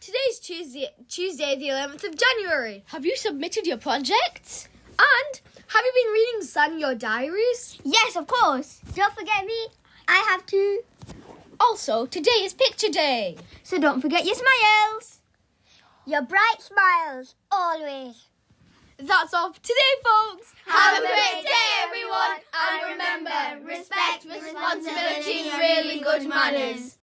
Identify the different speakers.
Speaker 1: Tuesday, Tuesday the 11th of January.
Speaker 2: Have you submitted your project?
Speaker 1: And have you been reading Sun your diaries?
Speaker 3: Yes, of course. Don't forget me. I have to.
Speaker 2: Also, today is picture day.
Speaker 3: So don't forget your smiles. Your bright smiles, always.
Speaker 1: That's all for today, folks.
Speaker 4: Have a great day, everyone. And remember, respect, responsibility, and really good manners.